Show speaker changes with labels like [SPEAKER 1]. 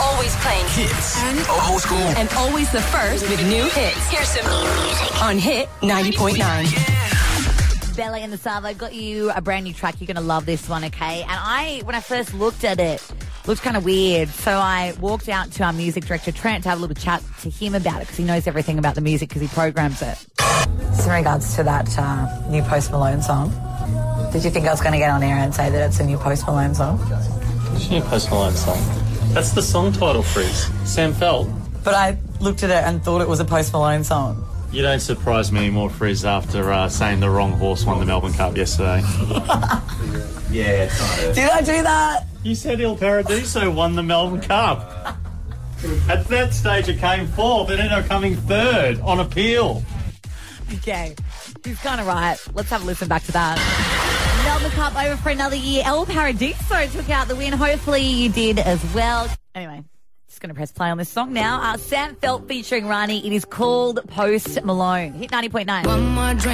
[SPEAKER 1] Always playing hits.
[SPEAKER 2] And-
[SPEAKER 1] old school.
[SPEAKER 2] And always the first with new hits. Here's some new music on Hit 90.9.
[SPEAKER 3] Bella in the Savo got you a brand new track. You're gonna love this one, okay? And I, when I first looked at it, looked kind of weird. So I walked out to our music director Trent to have a little chat to him about it because he knows everything about the music because he programs it. So in regards to that uh, new Post Malone song, did you think I was gonna get on air and say that it's a new Post Malone song?
[SPEAKER 4] It's your Post Malone song. That's the song title freeze. Sam Feld.
[SPEAKER 3] But I looked at it and thought it was a Post Malone song.
[SPEAKER 4] You don't surprise me anymore, Frizz, after uh, saying the wrong horse won the Melbourne Cup yesterday.
[SPEAKER 5] Yeah, it's not it.
[SPEAKER 3] Did I do that?
[SPEAKER 4] You said Il Paradiso won the Melbourne Cup. At that stage, it came fourth, and ended up coming third on appeal.
[SPEAKER 3] Okay, he's kind of right. Let's have a listen back to that. Melbourne Cup over for another year. El Paradiso took out the win. Hopefully you did as well. Anyway, just going to press play on this song now. Uh, Sam Felt featuring Rani. It is called Post Malone. Hit 90.9.
[SPEAKER 6] One more drink.